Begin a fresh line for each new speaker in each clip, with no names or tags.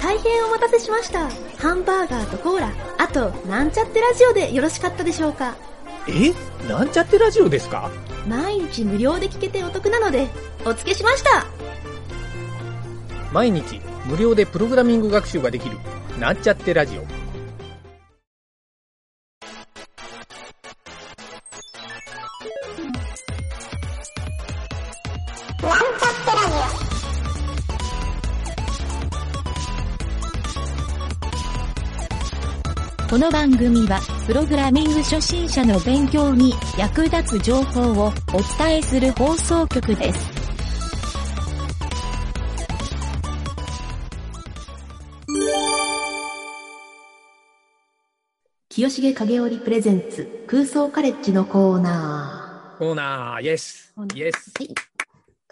大変お待たせしました。ハンバーガーとコーラ、あと、なんちゃってラジオでよろしかったでしょうか。
えなんちゃってラジオですか
毎日無料で聞けてお得なので、お付けしました。
毎日無料でプログラミング学習ができるなんちゃってラジオ
この番組は、プログラミング初心者の勉強に役立つ情報をお伝えする放送局です。
清重影織プレゼンツ空想カレッジのコーナ
コーナーイエス
コーナ
イエス
ー。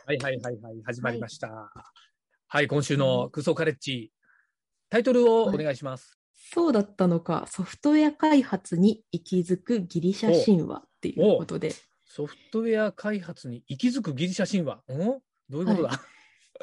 はい。
はいはいはいはい始まりましたはい、今週の空想カレッジタイトルをお願いします、
そうだったのか、ソフトウェア開発に息づくギリシャ神話っていうことで、
ソフトウェア開発に息づくギリシャ神話んどういうことだ、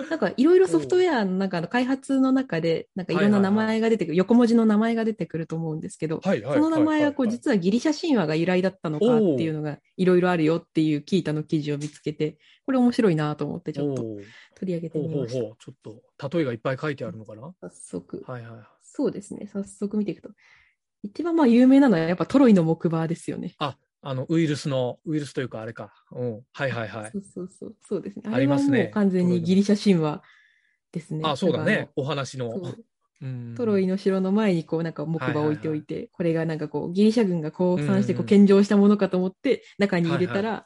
なんかいろいろソフトウェアの中の開発の中で、なんかいろんな
はいは
名
いはい
前が出てくる、横文字の名前が出てくると思うんですけど、
はいは
その名前はこう
はい
実はギリシャ神話が由来だったのかっていうのがいろいろあるよっていう聞いたの記事を見つけて、これ面白いなと思ってちょっと
おー
取り上げて
ほう
み
ほう
まし
ほうちょっと例えがいっぱい書いてあるのかな、
た。早速、
はいはい
そうですね、早速見ていくと。一番まあ有名なのはやっぱトロイの木馬ですよね。
ああのウイルスのウイルスというかあれかうんはいはいはい
そうそうそう、そうですね。
ありますね
あれはもう完全にギリシャ神話ですね。
あそうだ
なんか
ねお話
あ
の
の。そう
うん
トロイの城の前にこうなんか木馬を置いておいて、これがなんかこうギリシャ軍が降参して
うんう
こ
ん
う献上したものかと思って中に入れたら、
はい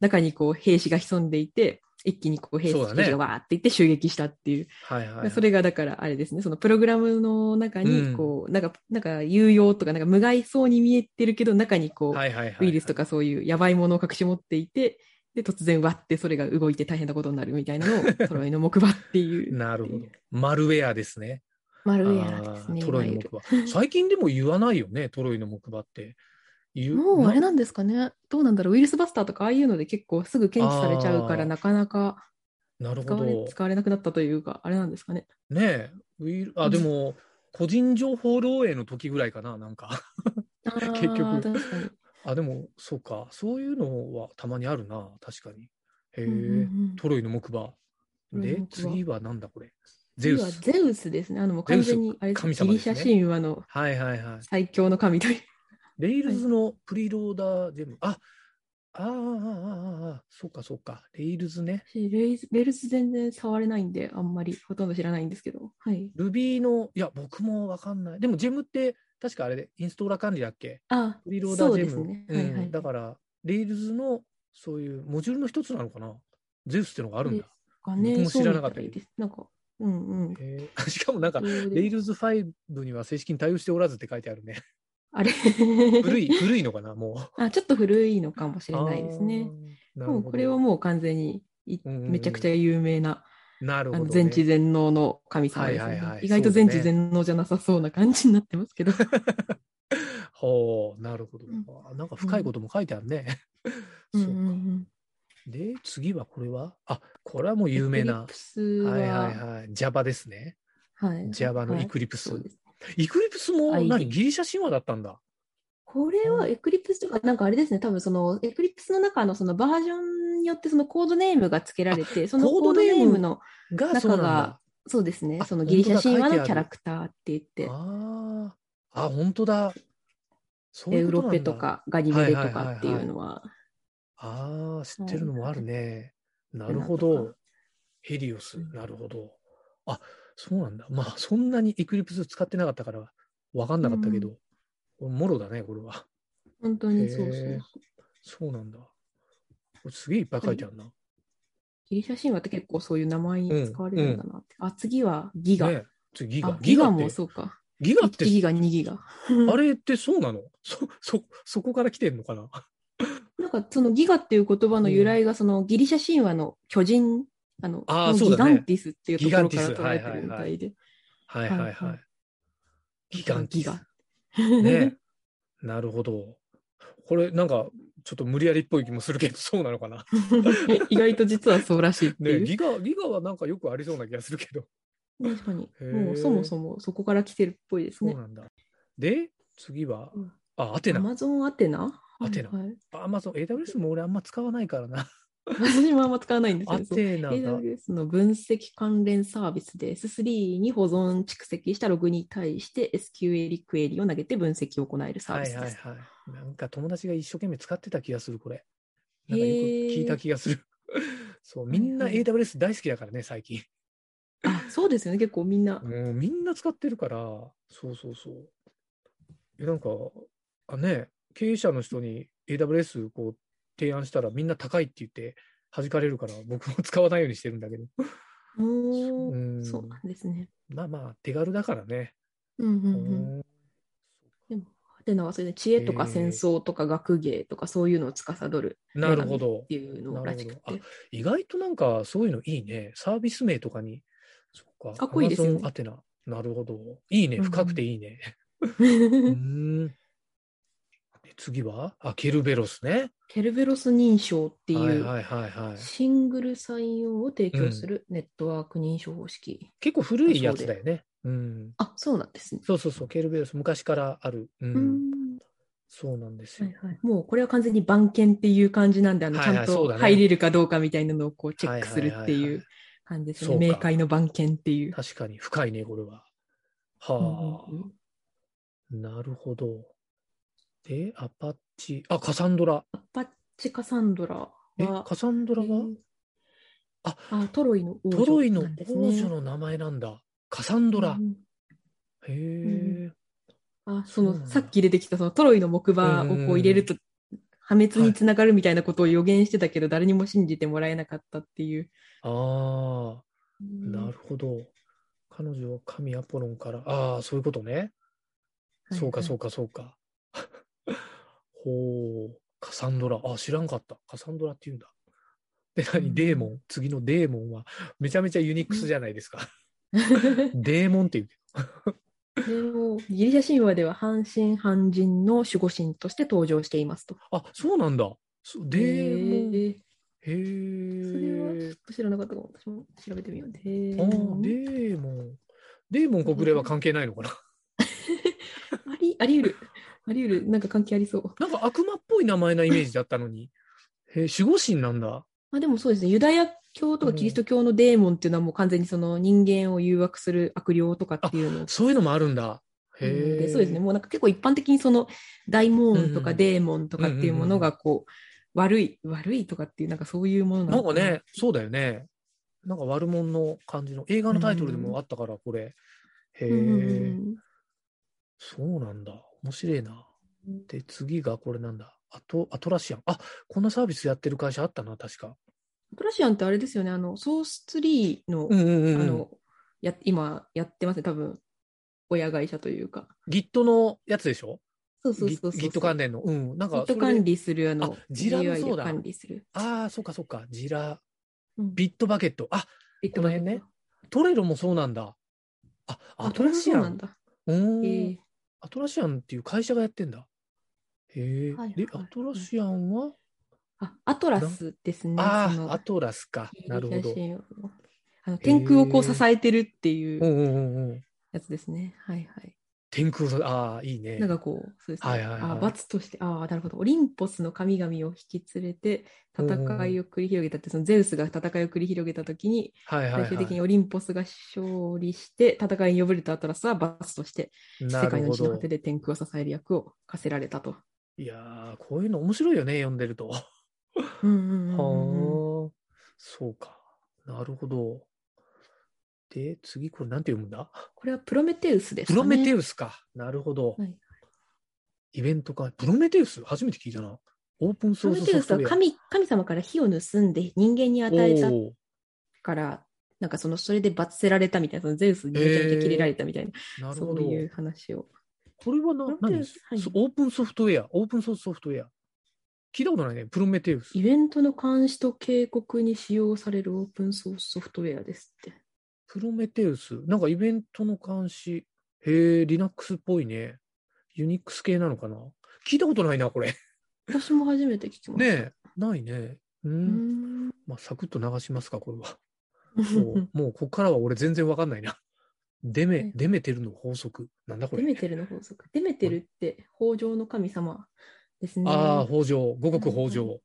中にこう兵士が潜んでいて一気にこう兵士
そうだね
兵士がわーっていって襲撃したっていう
はいはいはい
それがだからあれですねそのプログラムの中にこう、なんかなんか有用とかなんか無害そうに見えてるけど中にこう、
はいはいはい
ウイルスとかそういうやばいものを隠し持っていて、で、突然割ってそれが動いて大変なことになるみたいなのを、 トロイの木馬っていう。
なるほど。マルウェアですね。
マルウェアです
あ
ね。
ートロイの
いわゆる
木馬。最近でも言わないよね、トロイの木馬って。言
もうあれ
な
なんですかね。どうなんだろう。ウイルスバスターとかああいうので結構すぐ検知されちゃうか
あ
ら、
ー
なかなか
なる
使
ほ
われ
ど。
使われなくなったというか、あれなんですかね。
ねえウイルあ、
うん
でも、個人情報漏洩の時ぐらいかな、なんか。
あ ー
結局
確かに。
あ、でも、そうか。そういうのはたまにあるな、確かに。へえ、
うんうんうん
トロイの木馬。
ロイ
で
の、木馬
次はなんだこれ。ゼウス。
次はゼウスですね。あの、もう完全に、あれです
神
ギ
様
リ
です
シ
ね
ャ神話の
はいはいはい。
最強の神という。
レイルズのプリローダージェム。あ、あーあー、あーあー、そうかそうか。レイルズね。
私レイズレールス全然触れないんで、あんまりほとんど知らないんですけど。はい。
Ruby の、いや、僕もわかんない。でも、ジェムって、確かあれで、インストーラー管理だっけ
あ、
プリローダージェム。
そうですね。
うん
はいはい。
だから、Rails の、そういうモジュールの一つなのかなゼウスってのがあるんだ。
かね、
僕も知らなかったけど
そうみいです。なんか、うんうん。
へー しかもなんか、
英語で
Rails5 には正式に対応しておらずって書いてある ね。
あれ
古い、古いのかな、も
あ、ちょっと古いのかもし
う。
れないですね。
あー。なる
で
ほ
も
ど。
これはもう完全にい
うんうんうん
めちゃくちゃ有名な、
なる
あ
ほど、
の
ね。
全知全能の神様ですよね、
はいはいはい
意外
そ
と
うだね
全知全能じゃなさそうな感じになってます けど。
ほう、なるほど
うん。
あなんか深いことも書いてあるね。
うんう
そうん
う
か。
ん
で、次はこれはあ、これはもう有名な。
Eclipse は
はいはいはい。Java ですね。
はい
Java の
はい
Eclipse。
そうです
Eclipse も
あいい
何ギリシャ神話だったんだ。
これはエクリプスとか、なんかあれですね、多分そのエクリプスの中のそのバージョンによってそのコードネームが付けられて、その
コー
コ
ド
ードネ
ネーム
ームの、
が、
中
そうなんだ
が。そうですね
あ、
そのギリシャ神話
本当だ書いてあ
の
る
キャラクターって言って、
ああ。あ、本当だ。そうい
エ
う
ウ
こと
ロ
なんだ
ペと。かガニメデとかっていうのは、
ああ、知ってるのもあるね。なるほ
なんと
ど。ヘリオス。なるほど。あ、そうなんだ。まあ、そんなに Eclipse 使ってなかったから、わかんなかったけど、もろだね、これは。
本当にそうそう
へーそうなんだ。これすげえいっぱい書いてあるな。
ギリシャ神話って結構そういう名前に使われるんだなって。あ、次はギガ。
ね、次ギ
あ
ガ。
ギガ
っ
も
て
そうか。
ギガっ
1
て
ギガ、2ギガ。
あれってそうなのそ、そ、そこから来てんのかな
なんかそのギガっていう言葉の由来がそのギリシャ神話の巨人、あの、
あー
の
そう
ギ
だ
ガ
ね
ンティスっていうところから
ギガンティス
捉えてるみ
はいはいは
た
い
いで。
はいはい
はい
は
はいい。
ギガンティス。
ね
ね。なるほど。これなんか、ちょっと無理やりっぽい気もするけど、そうなの かな。
意外と実はそうらしいってい
ね
う。
ギガ、ギガはなんかよくありそうな気がするけど。
確かに。
へー
もうそもそもそこから来てるっぽいです
そう
ね。
なんだ。で、次は
うん、
あ、アテ
ア
ナ。
マゾンアテナ
アテナ
はいはい
アマゾン、AWS も俺あんま使わない からな。
私もあんま使わないんです
ア
けど。そう
テナが。
AWS の分析関連サービスで S3 に保存蓄積したログに対して SQL クエリを投げて分析を行えるサー
は
ビ
い
スです。
はいはい。なんか友達が一生懸命使ってた気がする、これ。なんかよく聞いた気がする。そう、みんな
はいはい
AWS 大好きだからね、最近。
あそうですよね、結構みんな。
もうみんな使ってるから、そうそうそう。え、なんか、あね、経営者の人に AWS こう提案したらみんな高いって言って弾かれるから僕も使わないようにしてるんだけど。
おー
ん
そうなんですね。
まあまあ、手軽だからね。
うんうんうん。
うん
で、なんかそれで知恵とか戦争とか学芸とかそういうのを司る
なるほど
って。いうのらしく
なる
て。
意外となんかそういうのいいね。サービス名とかに。そっか。
かっこいいですよね
Amazon アテナ。なるほど。いいね。
うんうん
深くていいね。 うん。で次はあ、ケルベロスね。
ケルベロス認証って
はいいうはいはいはい。
シングルサインオンを提供するネットワーク認証方式。
結構古いやつだよね。うん。
あ、そうなんですね。
そうそうそう。ケルベロス、昔からある。うん。
うん
そうなんです
は
よ。
いはい、もうこれは完全に番犬っていう感じなんで、あの
は
ち
いはい
ゃん
そう
と
だね
入れるかどうかみたいなのをこうチェックするって
はいはいはい
い
はいう
感じです
そ
ね。
うか
明快の番犬っていう。
確かに深いね、これは。
うんうん
はあ。
うん
なるほど。で、アパッチ。あ、カサンドラ。
アパッチカサンドラ
え、
は
カサンドラは、あ
あトロイの王
トロイの
なんですね
王女の名前なんだ。カサンドラ。
うん
へ
ん
え。
あ
そ
そ
うなん
の
だ
さっき出てきたそのトロイの木馬をこう入れると破滅につながるみたいなことを予言してたけど誰にも信じてもらえなかったっていう。
ああ、なるほど。彼女は神アポロンから。ああ、そういうことね。そうか、そううか、そうか。 ほう、カサンドラ。あ、知らんかった。カサンドラって言うんだ。で、
う
何
ん
デーモン。次のデーモンは、めちゃめちゃユニックスじゃないです か。デーモンって言うけ
でもギリシャ神話では半神半人の守護神として登場していますと。
ど。あ、そうなんだ。そうデーモン。へ
へえそれ
え
は。知らなかったかも。私も調べてみよう。デ
あー
ーモン
デーモン。デーモン国霊は関係ないのか な
ありあり得る。あり得る。なんか関係ありそう。
なんか悪魔っぽい名前なイメージだったのに。へー守護神なんだ。
まあ、でもそうですね、ユダヤ教とかキリスト教のデーモンっていうのはもう完全にその人間を誘惑する悪霊とかっていうのを
そういうのもあるんだ。
なの
へ
で
え。
そうですね、もうなんか結構一般的にその大モーンと
う
か
ん
デーモンとかっていうものがこう、悪い、悪いとかっていう、なんかそういうものな
なん
の
か
かな
ね、そうだよね。なんか悪者の感じの映画のタイトルでもあったから、これ。へ
うんうんう
え、
ん
そうなんだ。面白いな。で、次がこれなんだ。あと、アトラシアン。あ、こんなサービスやってる会社あったな、確か。
アトラシアンってあれですよね、あの、ソースツリーの、
うんうん
あ
うん。
の、や、今やってますね、多分、親会社というか。
Git のやつでしょ
そうそうそうそう。
Git Git 関連の。うん。なんかそれで、
Git 管理する、あの
あ、ジラも
GUI
そう
で
だ
管理する。
ああ、そうかそうか。ジラ、
うん
ビットバケット。あ、この辺ね。トレロもそうなんだ。あ、アトラシア
あそうなん
ン。
だ。
うーん。
ええ
アトラシアンっていう会社がやってんだ。へえ。
はいはい
で、アトラシアンは、
あ、アトラスですね。
あ
そ
あ、
の
アトラスか。なるほど
ギ。リシャ神話のあの天空をこう支えてるっていう
うんうんうんうん。
やつですね。はいはい。
天空を、ああ、いいね
なん。かこう、そうですね。
はいはいはい
あ罰として、ああ、なるほど。オリンポスの神々を引き連れて戦いを繰り広げたって、そのゼウスが戦いを繰り広げたときに、
はいはい
最終的に
は
オリンポスが勝利して、戦いに敗れたアトラスは罰として、
い。な
世界
る
の
ほ
地の果
ど
て。で天空を支える役を課せられたと。
いやー、こういうの面白いよね、読んでると。は
うんうん
あ、
うんうん
そうか。なるほど。で、次、これなんて読むんだ
これはプロメテウスです
プ
かね。
ロメテウスか。なるほど
はい。
イベントか。プロメテウス初めて聞いたな。オープン
プ
ソ
ロ
ー
メ
ス
テ
ソ
ウ
フ
ス
トウ
は
ェア。
神神様から火を盗んで人間に与えた
おー
から、なんかそのそれで罰せられたみたいな、そのゼウスにめちゃめちゃキレられたみたいな、
なる
そ
ほ
う
ど。
いう話を。
これはな
プロメテ
何で
ウス
す、
はい
そうオープンソフトウェア、オープンソースソフトウェア。聞いたことないね、プロメテウス。
イベントの監視と警告に使用されるオープンソースソフトウェアですって。
プロメテウス。なんかイベントの監視。へえ、Linux っぽいね。ユニックス系なのかな聞いたことないな、 これ。
私も初めて聞きました。
ねえ、ないね。う。
うんん
まあ、サクッと流しますか、これは。もう、もうこっからは俺全然わかんないな。デメ、
ね
デメテルの法則。なんだこ
デ
れ。
メテルの法則。デメテルって、豊穣の神様ですね。
ああ、北条、五穀北
うん
条。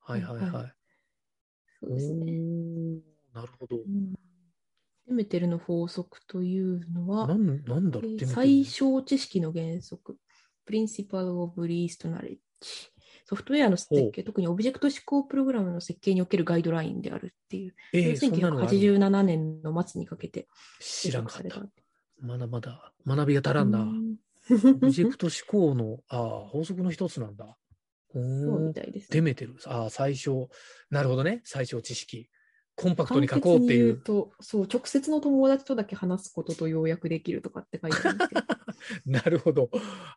はいはい
うん
はい。
そうですね。
おーなるほど。
うんデメテルの法則というのは、
なんなんだろう、デメテルの
最小知識の原則、Principle of Least Knowledge。ソフトウェアの設計、特にオブジェクト指向プログラムの設計におけるガイドラインであるっていう、
ええそんなのがあるの
1987年の末にかけて
知らんかっ
制
た
作され。
まだまだ学びが足らんな。オブジェクト思考の、ああ、法則の一つなんだ。おー
そうみたいです。
デメテル。ああ、最小。なるほどね。最小知識。コンパクトに書こうって
簡潔に
い
言う
う。
と、そう、直接の友達とだけ話すことと要約できるとかって書いてあるんです けど
なるほど。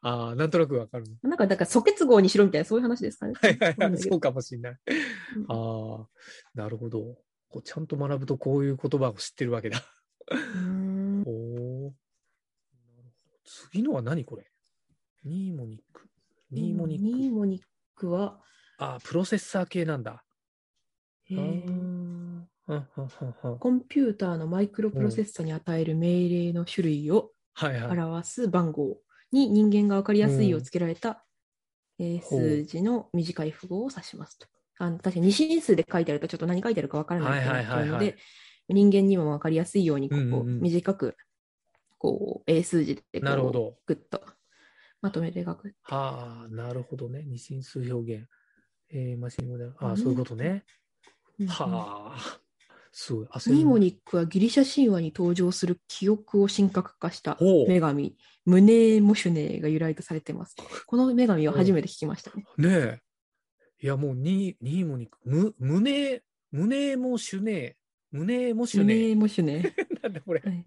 ああ、なんとなくわかる。
なんか、だから、素結合にしろみたいな、そういう話ですかね。
はいはい
わか
はい。
んないけ
そ
ど
うかもしれない。
うん
ああ、なるほど。こうちゃんと学ぶとこういう言葉を知ってるわけだ。
うん
おお。次のは何これニーモニック。ニーモニック。
ニーモニックは、
ああ、プロセッサー系なんだ。
えー
はんはんはんはん
コンピューターのマイクロプロセッサに与える命令の種類を
はいはい。
表す番号に人間が分かりやすいようつけられた、えー
ほう
数字の短い符号を指しますと。あの確かに二進数で書いてあるとちょっと何書いてあるか分からないってなっちゃうの
はいはいはいは
で人間にも分かりやすいようにこ
うん
こ
うんうん
短くこう英数字でこう
なるほど。
グッとまとめて書く。
はあ、なるほどね。二進数表現。えー、マシン語で。あ
う
あ、
ん
そういうことね。
うんうん
はあ。すごい。あ
ニーモニックはギリシャ神話に登場する記憶を神格化した
ほう
女神、ムネーモシュネーが由来とされています。この女神は初めて聞きましたね。
ねえ。いや、もうニ、ニーモニック。む、胸、胸もシュネー。胸もシュ
ム
ネ
ネ
ー。
ーモシュネー。
なんだこれ。
はい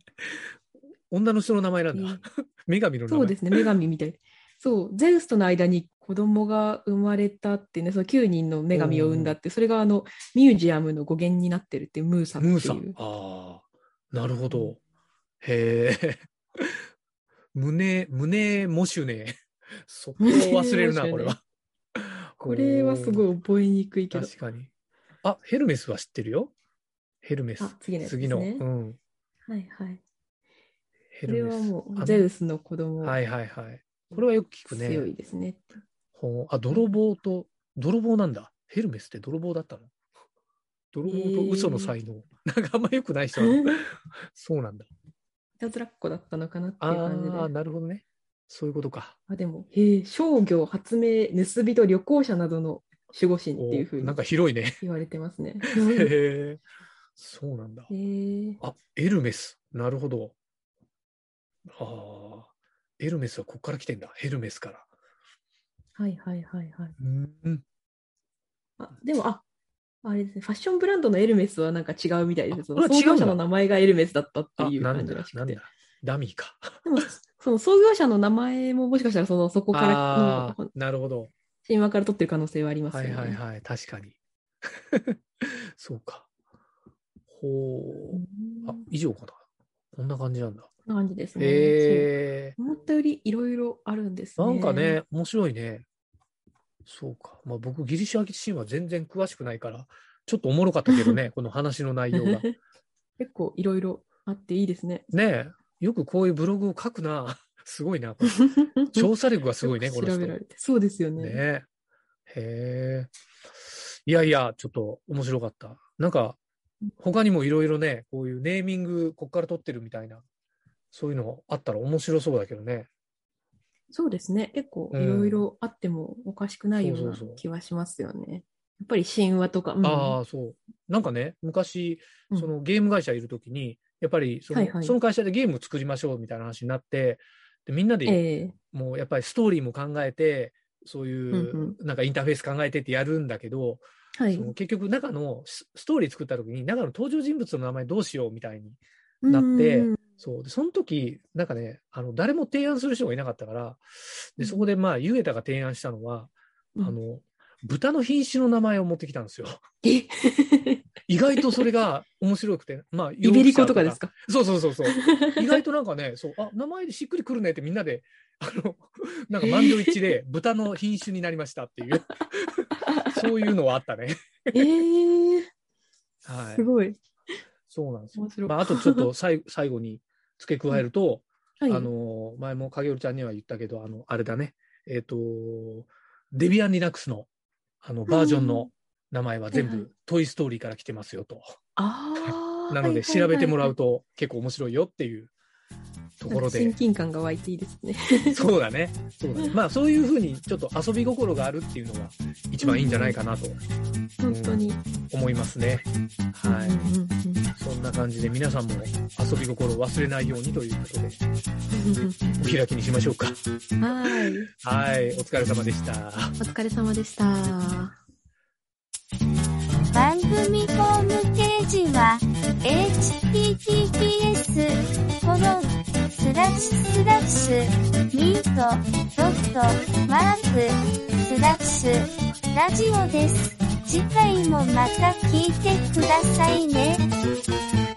女の人の名前なんだ。 女神の名前。
そうですね、女神みたい。そう、ゼウスとの間に子供が生まれたってね、その9人の女神を産んだって、それがあのミュージアムの語源になってるっていうムーサって
ムーサ
いう。。
ああ、なるほど。へえ。 胸、胸もしゅね。 そこを忘れるな、
胸
これ
もしゅね
は。
これはす
い。
ごい覚えにくいけど。
確かに。あ、ヘルメスは知ってるよ。ヘルメス
あ。、次のやつ
次
です
の。う
ね。
ん。
はいはい。
ヘ
これ
ルメ
は
ス。
も
あの
うゼウスの子供
はいはいはい。これはよく聞く
強
ね。
いですね。
ほうあ、泥棒と、泥棒なんだ。ヘルメスって泥棒だったの泥棒と嘘の才能。なんかあんま良くない人な のそうなんだ。
いたずらっ子だったのかなっていう感じで。
ああ、なるほどね。そういうことか。
あでも、へえ商業、発明、盗人、旅行者などの守護神っていうふう
お
に
なんか広いね。
言われ てますね。
へえ。そうなんだ
へ。え
あ、エルメス。なるほど。ああ。エルメスはここから来てんだ。ヘルメスから。
はいはいはいはい。
うん。
あでも、ああれですね、ファッションブランドのエルメスはなんか違うみたいです。そ
あこ
の
れは違
創
うんだ
業者の名前がエルメスだったって
あ、
いう
なん
感じ
だ
らし、
な
く
ん
て。
だ。ダミーか。
でも、その創業者の名前ももしかしたらそのそこか
あ
ら
あ
の、
なるほど。
神話から取ってる可能性はありますよ
は
ね。
いはいはい。確かに。 そうか。
う
ほう。あ
ん、
以上かな。こんな感じなんだ。
こんな感じですね。
へえ。
そう思ったよりいろいろあるんですね。
なんかね、面白いね。そうか。まあ僕、ギリシャ神話全然詳しくないから、ちょっとおもろかったけど ね、この話の内容が。ね
結構いろいろあっていいで すね。
え、よくこういうブログを書くな。 すごいな。これ調査力がすごいね、
よ
こ
く
の
調
人。
べら
ね
れて。そうですよね。
え。へえ。いやいや、ちょっと面白かった。なんか、他にもいろいろね、こういうネーミング、こっから取ってるみたいな、そういうのあったら面白そうだけどね。
そうですね。結構
うん
いろいろあってもおかしくないよう
そう
な
そうそう
気はしますよね。やっぱり神話とか。うん
ああ、そう。なんかね、昔、
うん
そのゲーム会社いるときに、やっぱりその,、
はいはい
その会社でゲーム作りましょうみたいな話になって、でみんなで
ええ
もうやっぱりストーリーも考えて、そういう、
うん
なんかインターフェース考えてってやるんだけど、
はい
その結局中のスストーリー作ったときに、中の登場人物の名前どうしようみたいに。なって
うん
そう。で、その時、なんかね、あの、誰も提案する人がいなかったから、
う
で、
ん
そこでまあ、ゆえたが提案したのは、
うん
あの、豚の品種の名前を持ってきたんですよ。
え
意外とそれが面白く て、まあ、
イベリコとかです
か
か
そうそうそうそう。意外となんかね、そう、あ、名前でしっくりくるねってみんなで、あの、 なんか満場一致で豚の品種になりましたっていう、 そういうのはあったね。
ええ
はい
す。ごい。
そうなんですよ。
面白い。
まあ、あとちょっと最後最後に、 付け加えると、
はい。
あの、前も影織ちゃんには言ったけど、あの、あれだね、えっ、と、デビアンリナックスの、あの、バージョンの名前は全
はいは
部、トイ・ストーリーから来てますよと。
あー
なので、調べてもらう。と結構面白いよっていうと
はいは
こ
いはい
ろ
なんか親
で、
近感が湧いていいですね。
そうだね。そう だね。まあ、そういうふうに、ちょっと遊び心があるっていうのは、一番いいんじゃないかなと
本当に。
思いますね。は
うん
い。
うんうん
そんな感じで、皆さんも遊び心を忘れないようにということで、お開きにしましょうか。
はい。
はい。お疲れ様でした。
お疲れ様でした。
番組ホームページは https コロンスラッシュスラッシュミートドットマークスラッシュラジオです。次回もまた聞いてくださいね。